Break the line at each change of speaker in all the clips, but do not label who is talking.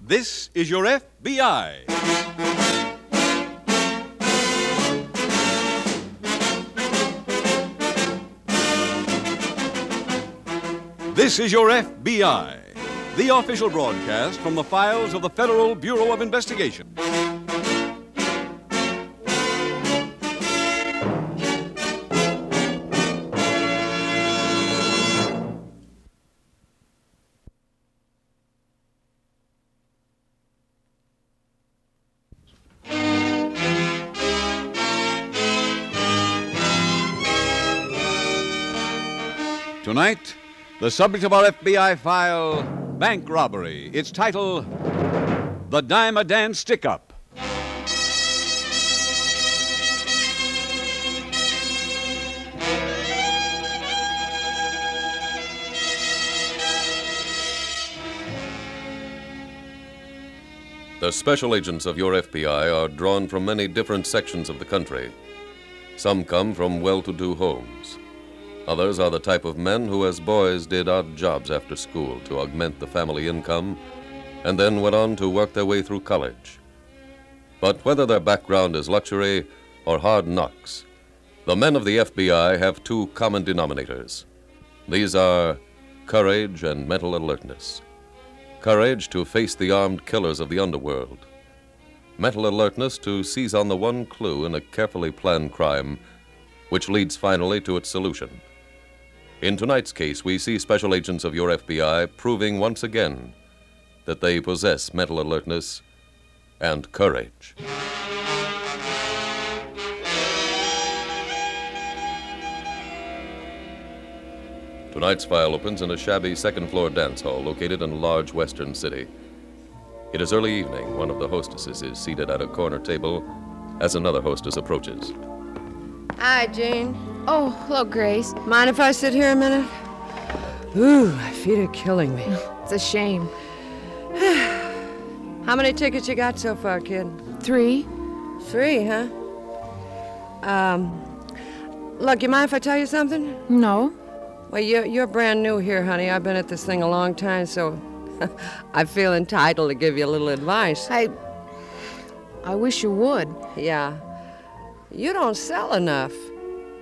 This is your FBI. This is your FBI, the official broadcast from the files of the Federal Bureau of Investigation. Tonight, the subject of our FBI file Bank Robbery. Its title The Dime a Dan Stick Up.
The special agents of your FBI are drawn from many different sections of the country. Some come from well to do homes. Others are the type of men who, as boys, did odd jobs after school to augment the family income and then went on to work their way through college. But whether their background is luxury or hard knocks, the men of the FBI have two common denominators. These are courage and mental alertness courage to face the armed killers of the underworld, mental alertness to seize on the one clue in a carefully planned crime which leads finally to its solution. In tonight's case, we see special agents of your FBI proving once again that they possess mental alertness and courage. Tonight's file opens in a shabby second floor dance hall located in a large western city. It is early evening. One of the hostesses is seated at a corner table as another hostess approaches.
Hi, Jane.
Oh, hello, Grace.
Mind if I sit here a minute? Ooh, my feet are killing me.
It's a shame.
How many tickets you got so far, kid?
Three?
Three, huh? Um, look, you mind if I tell you something?
No.
Well, you're, you're brand new here, honey. I've been at this thing a long time, so I feel entitled to give you a little advice.
I. I wish you would.
Yeah. You don't sell enough.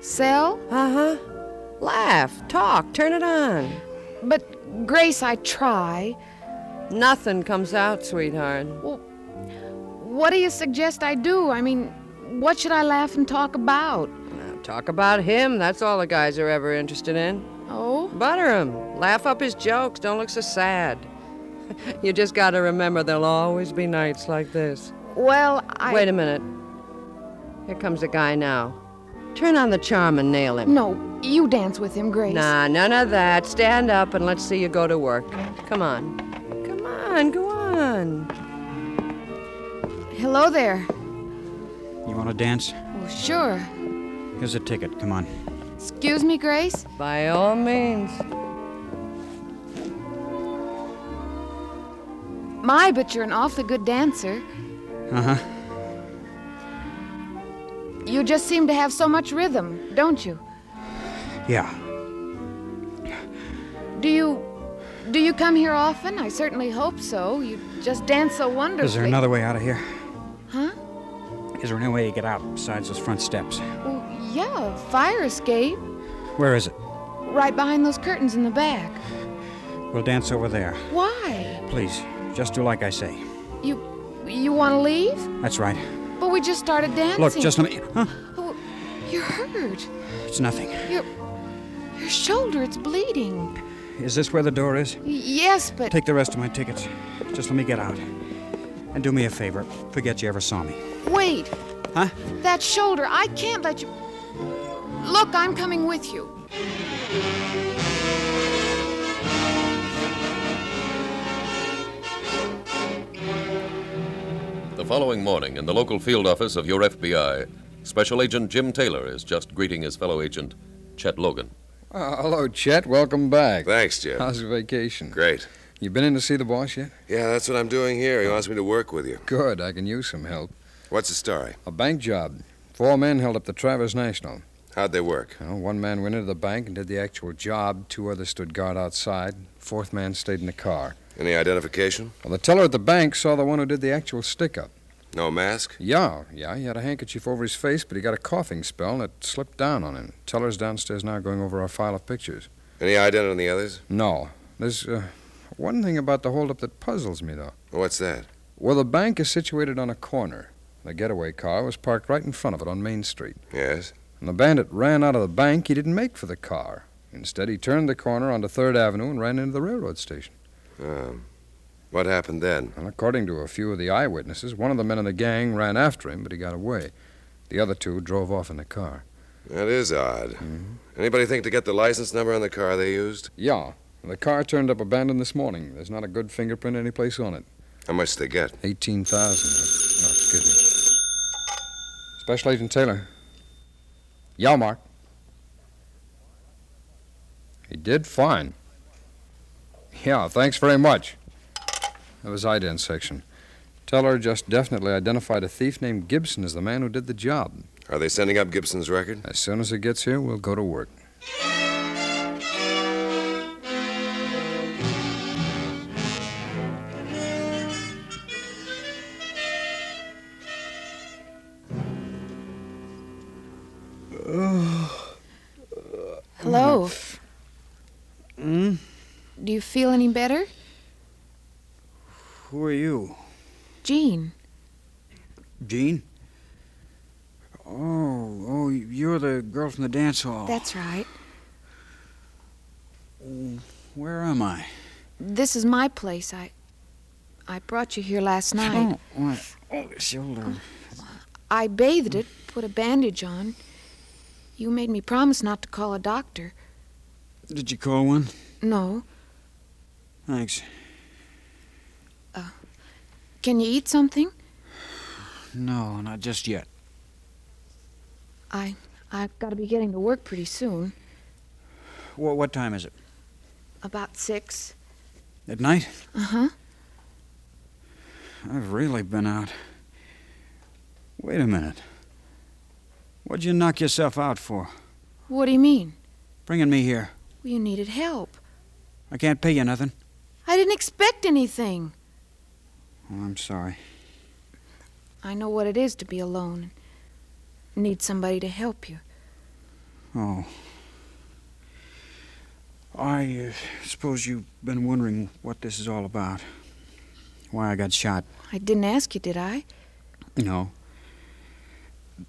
Sell?
Uh huh. Laugh, talk, turn it on.
But, Grace, I try.
Nothing comes out, sweetheart.
What do you suggest I do? I mean, what should I laugh and talk about?
Now, talk about him. That's all the guys are ever interested in.
Oh?
Butter him. Laugh up his jokes. Don't look so sad. You just gotta remember there'll always be nights like this.
Well, I.
Wait a minute. Here comes a guy now. Turn on the charm and nail him.
No, you dance with him, Grace.
Nah, none of that. Stand up and let's see you go to work. Come on. Come on, go on.
Hello there.
You want to dance?
Well, sure.
Here's a ticket. Come on.
Excuse me, Grace?
By all means.
My, but you're an awfully good dancer.
Uh huh.
You just seem to have so much rhythm, don't you?
Yeah.
Do you. Do you come here often? I certainly hope so. You just dance so wonderfully.
Is there another way out of here?
Huh?
Is there any way to get out besides those front steps?
Well, yeah, fire escape.
Where is it?
Right behind those curtains in the back.
We'll dance over there.
Why?
Please, just do like I say.
You you want to leave?
That's right.
But we just started dancing.
Look, just let me. Huh?
Oh, you're hurt.
It's nothing.
Your your shoulder, it's bleeding.
Is this where the door is?
Y- Yes, but
Take the rest of my tickets. Just let me get out. And do me a favor. Forget you ever saw me.
wait.
Huh?
That shoulder, I can't let you. Look, I'm coming with you.
The following morning, in the local field office of your FBI, Special Agent Jim Taylor is just greeting his fellow agent, Chet Logan.
Uh, hello, Chet. Welcome back.
Thanks, Jim.
How's the vacation?
Great.
You been in to see the boss yet?
Yeah, that's what I'm doing here. He wants me to work with you.
Good. I can use some help.
What's the story?
A bank job. Four men held up the Travers National.
How'd they work?
You know, one man went into the bank and did the actual job. Two others stood guard outside. Fourth man stayed in the car.
Any identification?
Well, the teller at the bank saw the one who did the actual stick up.
No mask?
Yeah, yeah, he had a handkerchief over his face, but he got a coughing spell and it slipped down on him. Teller's downstairs now going over our file of pictures.
Any ident on the others?
No. There's uh, one thing about the holdup that puzzles me, though.
What's that?
Well, the bank is situated on a corner. The getaway car was parked right in front of it on Main Street.
Yes.
When the bandit ran out of the bank, he didn't make for the car. Instead, he turned the corner onto 3rd Avenue and ran into the railroad station.
Um, what happened then?
And according to a few of the eyewitnesses, one of the men in the gang ran after him, but he got away. The other two drove off in the car.
That is odd. Anybody think to get the license number on the car they used?
Yeah. The car turned up abandoned this morning. There's not a good fingerprint anyplace on it.
How much they get?
18,000. No, excuse me. Oh, Special Agent Taylor. Yeah, Mark. He did fine. Yeah, thanks very much. That was ident section. Teller just definitely identified a thief named Gibson as the man who did the job.
Are they sending up Gibson's record?
As soon as it gets here, we'll go to work.
Hello. Do you feel any better?
Who are you?
Jean.
Jean? Oh, oh, you're the girl from the dance hall.
That's right.
Where am I?
This is my place. I I brought you here last night.
Oh, my oh, shoulder.
I bathed it, put a bandage on. You made me promise not to call a doctor.
Did you call one?
No.
Thanks.
Can you eat something?
No, not just yet.
I I've got to be getting to work pretty soon.
What, what time is it?
About 6.
At night?
Uh-huh.
I've really been out. Wait a minute. What'd you knock yourself out for?
What do you mean?
Bringing me here.
You needed help.
I can't pay you nothing.
I didn't expect anything.
Oh, I'm sorry.
I know what it is to be alone. Need somebody to help you.
Oh. I uh, suppose you've been wondering what this is all about. Why I got shot.
I didn't ask you, did I?
No.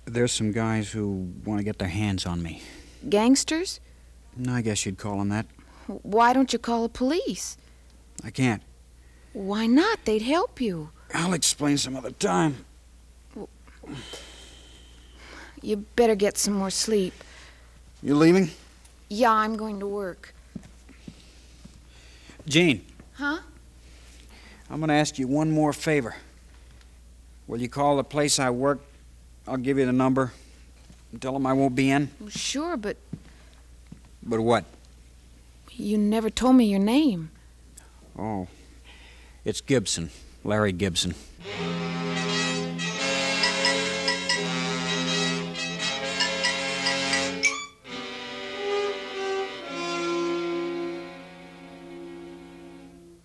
There's some guys who want to get their hands on me.
Gangsters?
I guess you'd call them that.
Why don't you call the police?
I can't.
Why not? They'd help you.
I'll explain some other time.
You better get some more sleep.
You leaving?
Yeah, I'm going to work.
Gene.
Huh?
I'm going to ask you one more favor. Will you call the place I work? I'll give you the number. Tell them I won't be in.
Well, Sure, but
But what?
you never told me your name.
Oh. It's Gibson. Larry Gibson.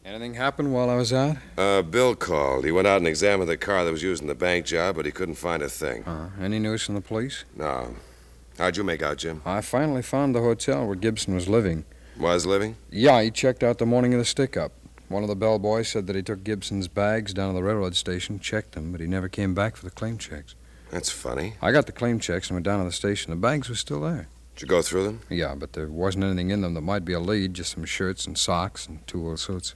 Anything happened while I was out?
Uh, Bill called. He went out and examined the car that was used in the bank job, but he couldn't find a thing.
Uh, any news from the police?
No. How'd you make out, Jim?
I finally found the hotel where Gibson was living.
Was living?
Yeah, he checked out the morning of the stick up. One of the bellboys said that he took Gibson's bags down to the railroad station, checked them, but he never came back for the claim checks.
That's funny.
I got the claim checks and went down to the station. The bags were still there.
Did you go through them?
Yeah, but there wasn't anything in them that might be a lead, just some shirts and socks and two old suits.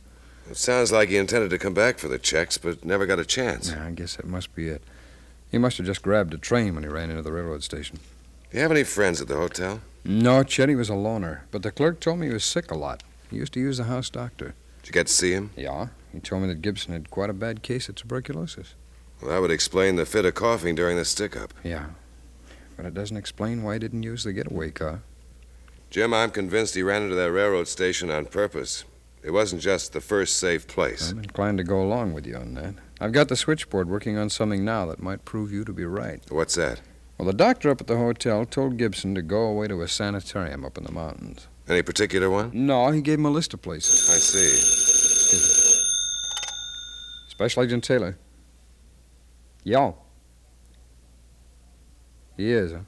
It sounds like he intended to come back for the checks, but never got a chance.
Yeah, I guess that must be it. He must have just grabbed a train when he ran into the railroad station.
Do you have any friends at the hotel?
No, Chetty was a loner, but the clerk told me he was sick a lot. He used to use the house doctor.
Did you get to see him?
Yeah, he told me that Gibson had quite a bad case of tuberculosis.
Well, that would explain the fit of coughing during the stick up.
Yeah. But it doesn't explain why he didn't use the getaway car.
Jim, I'm convinced he ran into that railroad station on purpose. It wasn't just the first safe place.
I'm inclined to go along with you on that. I've got the switchboard working on something now that might prove you to be right.
What's that?
Well, the doctor up at the hotel told Gibson to go away to a sanitarium up in the mountains.
Any particular one?
No, he gave him a list of places.
I see.
Special Agent Taylor. Yeah. He is, huh?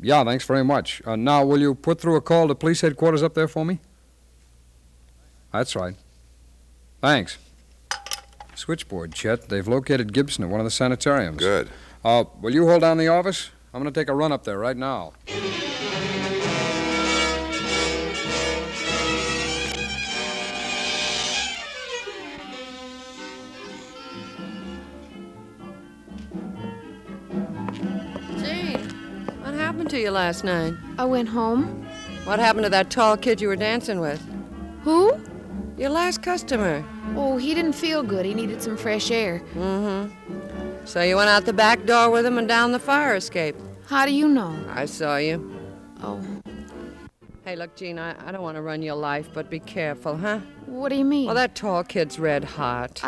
Yeah, thanks very much. Uh, now, will you put through a call to police headquarters up there for me? That's right. Thanks. Switchboard, Chet. They've located Gibson at one of the sanitariums.
Good.
Uh, will you hold down the office? I'm going to take a run up there right now.
Gee, what happened to you last night?
I went home.
What happened to that tall kid you were dancing with?
Who?
Your last customer.
Oh, he didn't feel good. He needed some fresh air.
So you went out the back door with him and down the fire escape.
How do you know?
I saw you.
Oh,
Hey, look, Gene, I, I don't want to run your life, but be careful, huh?
what do you mean?
Well, that tall kid's red hot.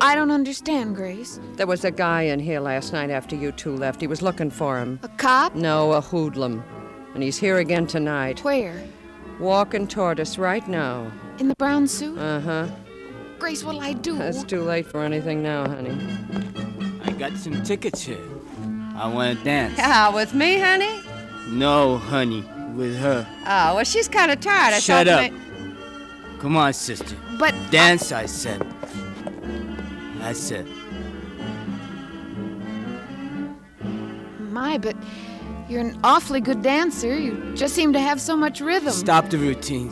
I don't understand, Grace.
There was a guy in here last night after you two left. He was looking for him.
A cop?
No, a hoodlum. And he's here again tonight,
Where?
walking toward us right now.
In the brown suit?
Uh huh.
Grace, what'll I do?
It's too late for anything now, honey.
I got some tickets here. I want to dance.
Yeah, Ah, with me, honey?
No, Oh, honey, with her.
Oh, well, she's kind of tired. I
Shut
thought
up. Come on, sister.
But
Dance, I said. I said.
my, but you're an awfully good dancer. You just seem to have so much rhythm.
Stop the routine.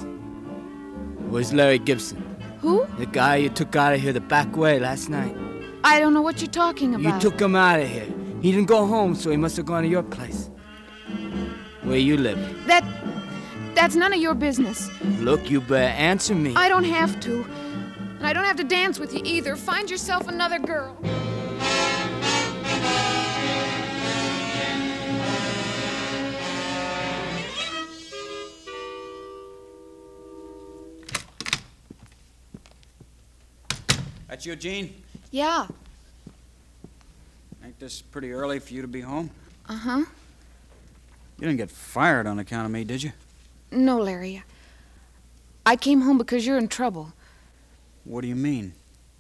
Where's Larry Gibson?
Who?
The guy you took out of here the back way last night.
I don't know what you're talking
You
about.
took him out of here. He didn't go home, so he must have gone to your place. Where you live.
that. That's none of your business.
Look, you better answer me.
I don't have to. And I don't have to dance with you either. Find yourself another girl.
That's you, Gene?
Yeah.
Ain't this pretty early for you to be home?
Uh huh.
You didn't get fired on account of me, did you?
No, Larry. I came home because you're in trouble.
What do you mean?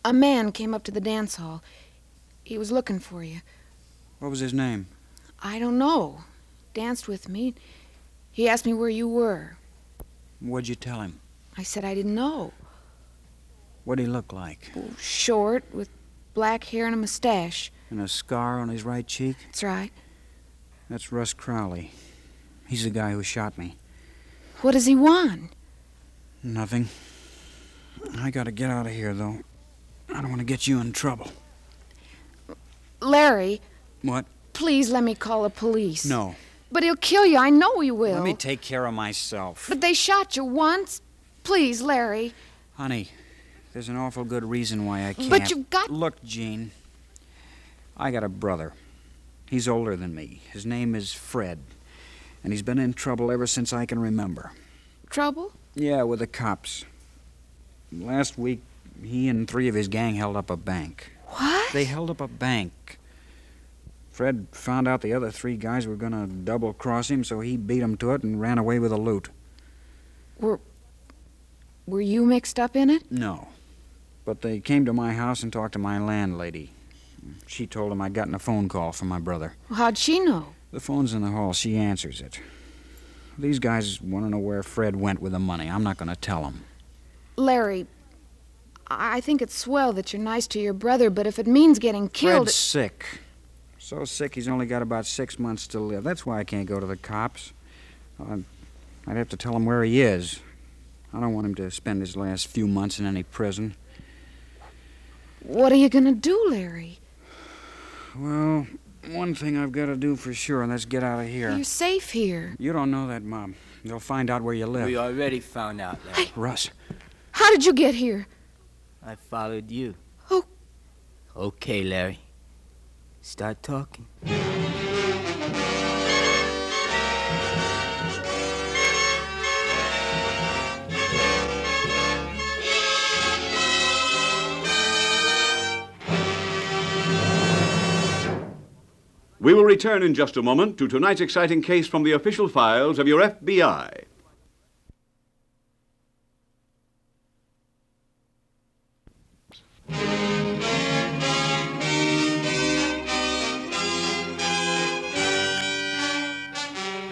A man came up to the dance hall. He was looking for you.
What was his name?
I don't know. Danced with me. He asked me where you were.
What'd you tell him?
I said I didn't know.
What'd he look like?
Short, with black hair and a mustache.
And a scar on his right cheek?
That's right.
That's Russ Crowley. He's the guy who shot me.
What does he want?
Nothing. I gotta get out of here, though. I don't want to get you in trouble.
Larry,
What?
please let me call the police.
No.
But he'll kill you. I know he will.
Let me take care of myself.
but they shot you once. Please, Larry.
Honey, there's an awful good reason why I can't.
But you've got-
Look, Jean. I got a brother. He's older than me. His name is Fred. And he's been in trouble ever since I can remember.
Trouble?
Yeah, with the cops. Last week, he and three of his gang held up a bank.
What?
They held up a bank. Fred found out the other three guys were gonna double cross him, so he beat 'em to it and ran away with the loot.
Were you mixed up in it?
No. But they came to my house and talked to my landlady. She told them I'd gotten a phone call from my brother.
How'd she know?
The phone's in the hall. She answers it. These guys want to know where Fred went with the money. I'm not going to tell them.
Larry, I I think it's swell that you're nice to your brother, but if it means getting killed.
Fred's sick. So sick he's only got about six months to live. That's why I can't go to the cops. I'd, I'd have to tell him where he is. I don't want him to spend his last few months in any prison.
What are you gonna do, Larry?
Well, one thing I've got to do for sure, and that's get out of here.
You're safe here.
You don't know that, Mom. They'll find out where you live.
We already found out, Larry.
Russ.
How did you get here?
I followed you.
Oh.
Okay, Larry. Start talking.
We will return in just a moment to tonight's exciting case from the official files of your FBI.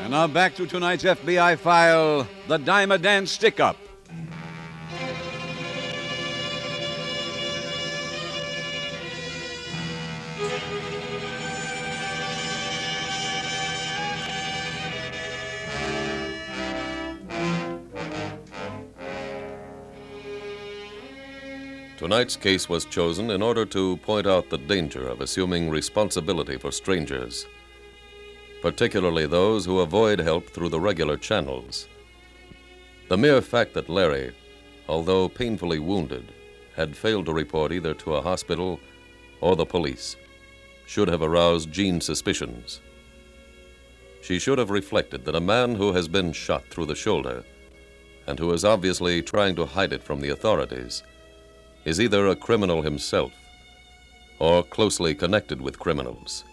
And now back to tonight's FBI file The Dime a Dan Stick Up.
Tonight's case was chosen in order to point out the danger of assuming responsibility for strangers, particularly those who avoid help through the regular channels. The mere fact that Larry, although painfully wounded, had failed to report either to a hospital or the police should have aroused Jean's suspicions. She should have reflected that a man who has been shot through the shoulder and who is obviously trying to hide it from the authorities is either a criminal himself or closely connected with criminals.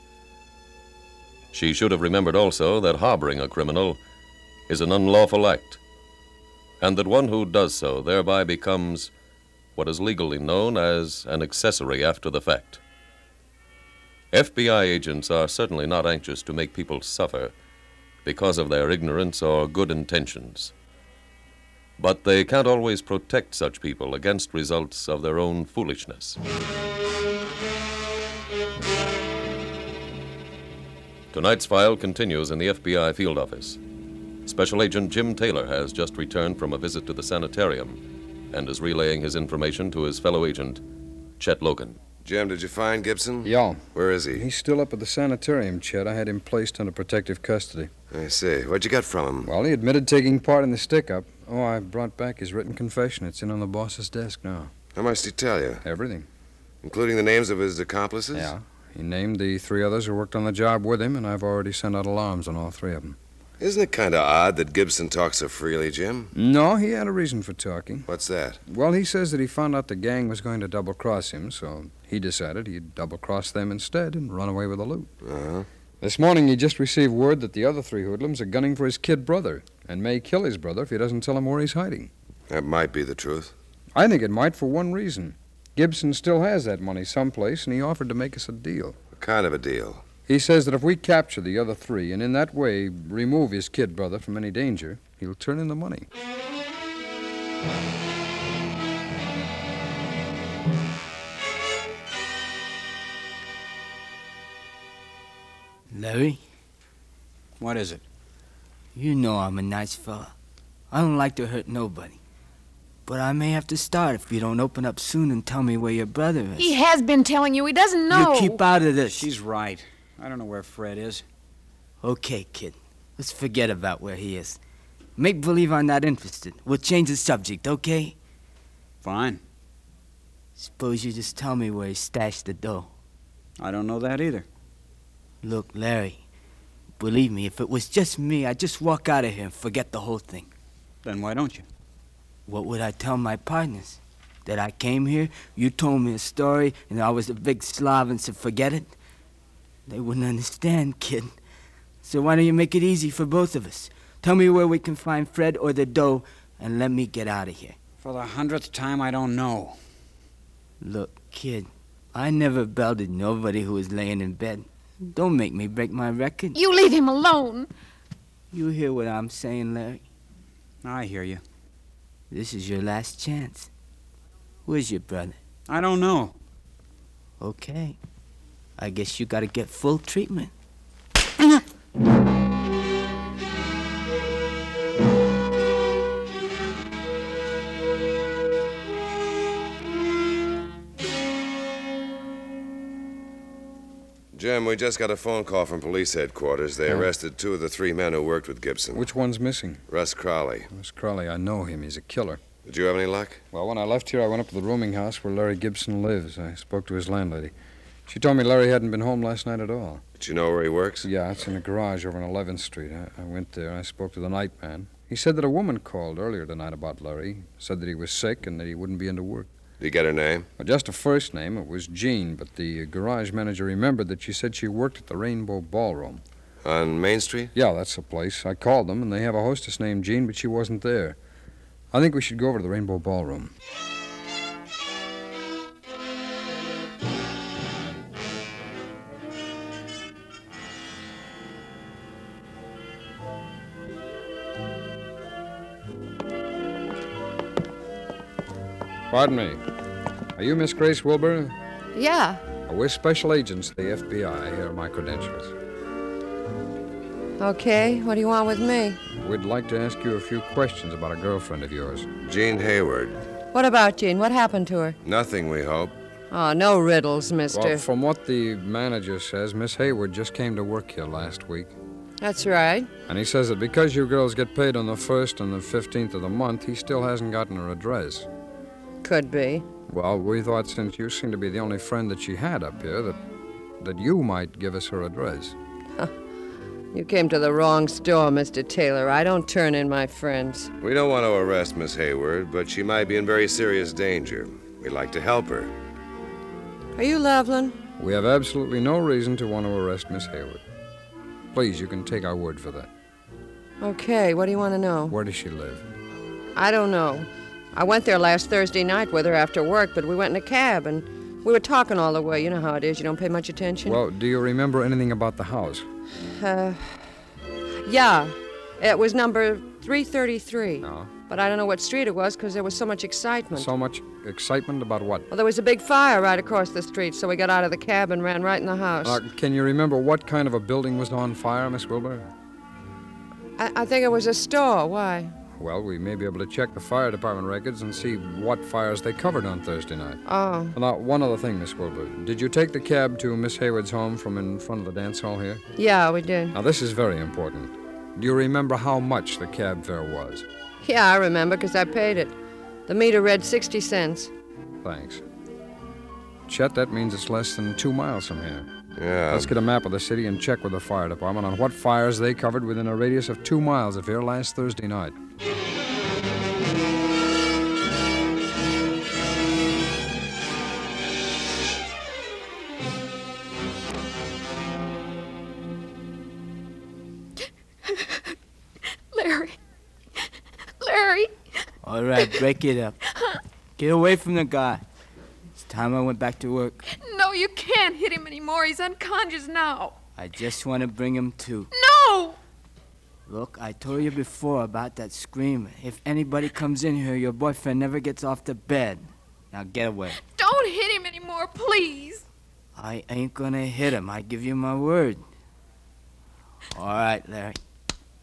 She should have remembered also that harboring a criminal is an unlawful act, and that one who does so thereby becomes what is legally known as an accessory after the fact. FBI agents are certainly not anxious to make people suffer because of their ignorance or good intentions. But they can't always protect such people against results of their own foolishness. Tonight's file continues in the FBI field office. Special Agent Jim Taylor has just returned from a visit to the sanitarium and is relaying his information to his fellow agent, Chet Logan.
Jim, did you find Gibson?
Yeah.
Where is he?
He's still up at the sanitarium, Chet. I had him placed under protective custody.
I see. What'd you get from him?
Well, he admitted taking part in the stick up. Oh, I brought back his written confession. It's in on the boss's desk now.
How much did he tell you?
Everything.
Including the names of his accomplices?
He named the three others who worked on the job with him, and I've already sent out alarms on all three of them.
Isn't it kind of odd that Gibson talks so freely, Jim?
No, he had a reason for talking.
What's that?
Well, he says that he found out the gang was going to double cross him, so he decided he'd double cross them instead and run away with the loot.
Uh-huh.
This morning, he just received word that the other three hoodlums are gunning for his kid brother and may kill his brother if he doesn't tell him where he's hiding.
That might be the truth.
I think it might for one reason. Gibson still has that money someplace, and he offered to make us a deal.
What kind of a deal?
He says that if we capture the other three and in that way remove his kid brother from any danger, he'll turn in the money.
Larry,
What is it?
you know I'm a nice fella. I don't like to hurt nobody. But I may have to start if you don't open up soon and tell me where your brother is.
He has been telling you. He doesn't know.
You keep out of this.
She's right. I don't know where Fred is.
Okay, kid. Let's forget about where he is. Make believe I'm not interested. We'll change the subject, okay?
Fine.
Suppose you just tell me where he stashed the dough.
I don't know that either.
Look, Larry, believe me, if it was just me, I'd just walk out of here and forget the whole thing.
Then why don't you?
What would I tell my partners? That I came here, you told me a story, and I was a big slob and said, forget it? They wouldn't understand, kid. So why don't you make it easy for both of us? Tell me where we can find Fred or the dough, and let me get out of here.
For the hundredth time, I don't know.
Look, kid, I never belted nobody who was laying in bed. Don't make me break my record.
You leave him alone.
You hear what I'm saying, Larry?
I hear you.
This is your last chance. Where's your brother?
I don't know.
Okay. I guess you gotta get full treatment.
Jim, we just got a phone call from police headquarters. They arrested two of the three men who worked with Gibson.
Which one's missing?
Russ Crowley.
Miss Crowley, I know him. He's a killer.
Did you have any luck?
Well, when I left here, I went up to the rooming house where Larry Gibson lives. I spoke to his landlady. She told me Larry hadn't been home last night at all.
Did you know where he works?
Yeah, it's in a garage over on 11th Street. I, I went there. I spoke to the night man. He said that a woman called earlier tonight about Larry, said that he was sick and that he wouldn't be into work.
Did you get her name?
Well, just a first name. It was Jean, but the garage manager remembered that she said she worked at the Rainbow Ballroom.
On Main Street?
Yeah, that's the place. I called them, and they have a hostess named Jean, but she wasn't there. I think we should go over to the Rainbow Ballroom. Pardon me. Are you Miss Grace Wilbur?
Yeah.
Uh, We're special agents of the FBI. Here are my credentials.
Okay. What do you want with me?
We'd like to ask you a few questions about a girlfriend of yours.
Jean Hayward.
What about Jean? What happened to her?
Nothing, we hope.
Oh, no riddles, mister.
Well, from what the manager says, Miss Hayward just came to work here last week.
That's right.
And he says that because you girls get paid on the 1st and the 15th of the month, he still hasn't gotten her address.
Could be.
Well, we thought since you seem to be the only friend that she had up here, that, that you might give us her address.
You came to the wrong store, Mr. Taylor. I don't turn in my friends.
We don't want to arrest Miss Hayward, but she might be in very serious danger. We'd like to help her.
Are you Loveland?
We have absolutely no reason to want to arrest Miss Hayward. Please, you can take our word for that.
Okay. What do you want to know?
Where does she live?
I don't know. I went there last Thursday night with her after work, but we went in a cab and we were talking all the way. You know how it is. You don't pay much attention.
Well, do you remember anything about the house?
Uh, yeah, it was number 333.
No.
But I don't know what street it was because there was so much excitement.
So much excitement about what?
well, there was a big fire right across the street, so we got out of the cab and ran right in the house.
Uh, can you remember what kind of a building was on fire, Miss Wilbur?
I, I think it was a store. Why?
Well, we may be able to check the fire department records and see what fires they covered on Thursday night.
Oh,
Well, now, one other thing, Miss Wilbur. Did you take the cab to Miss Hayward's home from in front of the dance hall here?
yeah, we did.
Now, this is very important. Do you remember how much the cab fare was?
Yeah, I remember because I paid it. The meter read 60 cents.
Thanks. Chet, that means it's less than two miles from here.
Yeah.
Let's get a map of the city and check with the fire department on what fires they covered within a radius of two miles of here last Thursday night.
Larry. Larry.
All right, break it up. Get away from the guy. It's time I went back to work.
No, you can't hit him anymore. He's unconscious now.
I just want to bring him to.
No!
Look, I told you before about that screamer. If anybody comes in here, your boyfriend never gets off the bed. Now get away.
Don't hit him anymore, please.
I ain't gonna hit him. I give you my word. All right, Larry.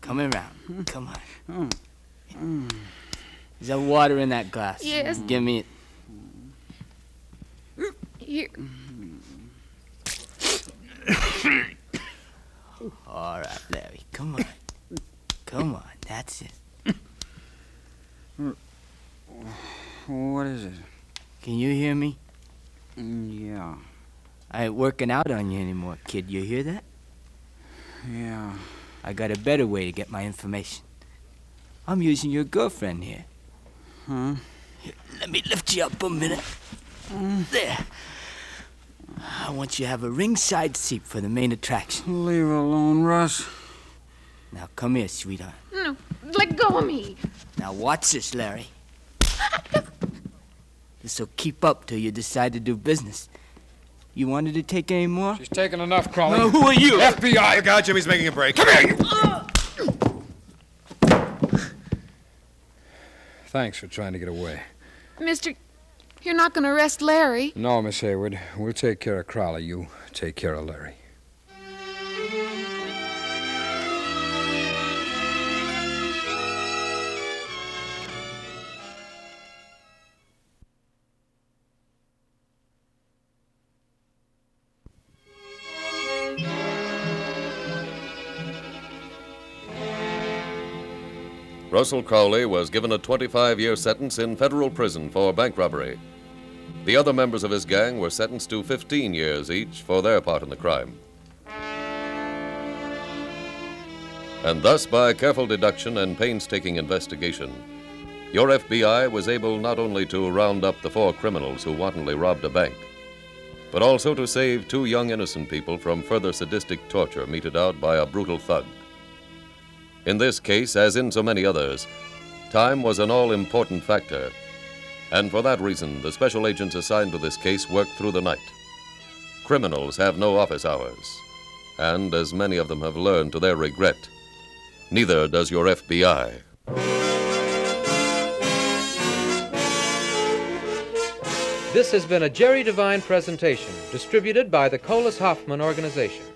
Come around. Come on. Is there water in that glass?
Yes.
Give me it.
Here.
All right, Larry. Come on. Come on. That's it.
What is it?
Can you hear me?
Mm, Yeah,
I ain't working out on you anymore, kid. You hear that?
yeah.
I got a better way to get my information. I'm using your girlfriend here.
Huh?
Let me lift you up a minute.
Mm.
There. I want you to have a ringside seat for the main attraction.
Leave alone, Russ.
Now come here, sweetheart.
No. Let go of me.
Now watch this, Larry. This'll keep up till you decide to do business. You wanted to take any more?
She's taken enough, Crawley.
Now, who are you?
FBI! God, Jimmy's making a break. Come here, you!
Thanks for trying to get away.
Mister, you're not going to arrest Larry.
No, Miss Hayward. We'll take care of Crowley. You take care of Larry.
Russell Crowley was given a 25 year sentence in federal prison for bank robbery. The other members of his gang were sentenced to 15 years each for their part in the crime. And thus, by careful deduction and painstaking investigation, your FBI was able not only to round up the four criminals who wantonly robbed a bank, but also to save two young innocent people from further sadistic torture meted out by a brutal thug. In this case, as in so many others, time was an all important factor. And for that reason, the special agents assigned to this case worked through the night. Criminals have no office hours. And as many of them have learned to their regret, neither does your FBI.
This has been a Jerry Devine presentation, distributed by the Colas Hoffman Organization.